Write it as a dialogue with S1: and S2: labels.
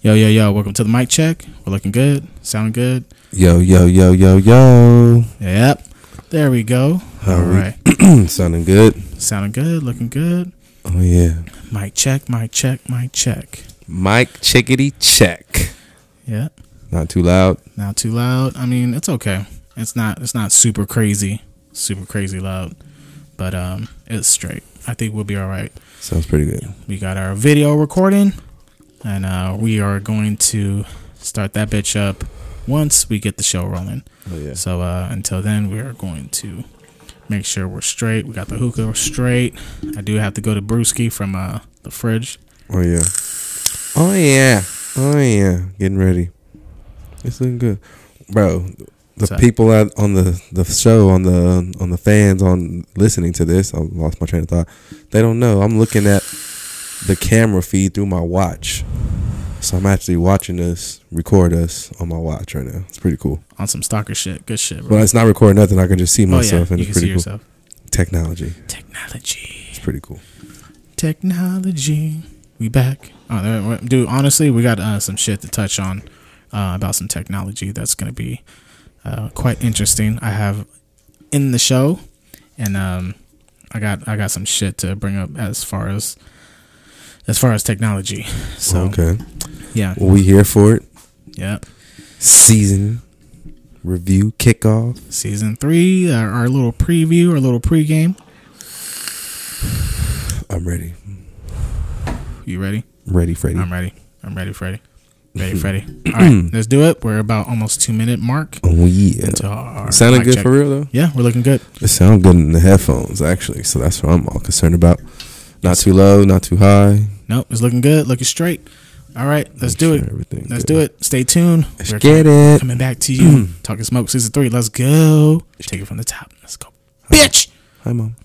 S1: Yo, yo, yo, welcome to the mic check. We're looking good, sounding good.
S2: Yo, yo, yo, yo, yo.
S1: Yep. There we go.
S2: All
S1: All right.
S2: right. Sounding good.
S1: Sounding good, looking good.
S2: Oh, yeah.
S1: Mic check, mic check, mic check.
S2: Mike Chickadee Check.
S1: Yep.
S2: Not too loud.
S1: Not too loud. I mean, it's okay. It's not it's not super crazy, super crazy loud. But um it's straight. I think we'll be all right.
S2: Sounds pretty good.
S1: We got our video recording and uh we are going to start that bitch up once we get the show rolling.
S2: Oh, yeah.
S1: So uh, until then, we are going to make sure we're straight. We got the hookah straight. I do have to go to Brewski from uh, the fridge.
S2: Oh, yeah. Oh, yeah. Oh, yeah. Getting ready. It's looking good. Bro, the
S1: What's up?
S2: people out on the, the show, on the on the fans, on listening to this, I lost my train of thought. They don't know. I'm looking at the camera feed through my watch. So I'm actually watching us record us on my watch right now. It's pretty cool.
S1: On some stalker shit. Good shit, bro.
S2: Well, it's not recording nothing. I can just see
S1: oh,
S2: myself,
S1: yeah.
S2: and
S1: You
S2: it's
S1: can see
S2: pretty cool.
S1: yourself.
S2: Technology,
S1: Technology.
S2: it's pretty cool.
S1: Technology. We back. Oh, there, we- dude, honestly, we got uh, some shit to touch on uh, about some technology that's going to be uh, quite interesting. I have in the show, and um, I got I got some shit to bring up as far as as far as technology. So
S2: okay,
S1: yeah,
S2: well, we here for it.
S1: yeah.
S2: Season review kickoff.
S1: Season three, our, our little preview, our little pregame.
S2: I'm ready,
S1: You ready?
S2: ready, Freddy.
S1: I'm ready. I'm ready, Freddy. Ready, Freddy. All right, let's do it. We're about almost two minute mark.
S2: oh yeah,
S1: until our
S2: sounding
S1: mic
S2: good
S1: check.
S2: for real though.
S1: Yeah, we're looking good.
S2: It sound good in the headphones actually, so that's what I'm all concerned about. Not too low, not too high.
S1: Nope, it's looking good, looking straight. All right, let's
S2: Make
S1: do
S2: sure
S1: it.
S2: Everything.
S1: Let's
S2: good.
S1: do it. Stay tuned.
S2: Let's
S1: We're
S2: get it.
S1: coming back to you. Talking Smoke Season 3. Let's go. Take it from the top. Let's go. Bitch!
S2: Hi, mom.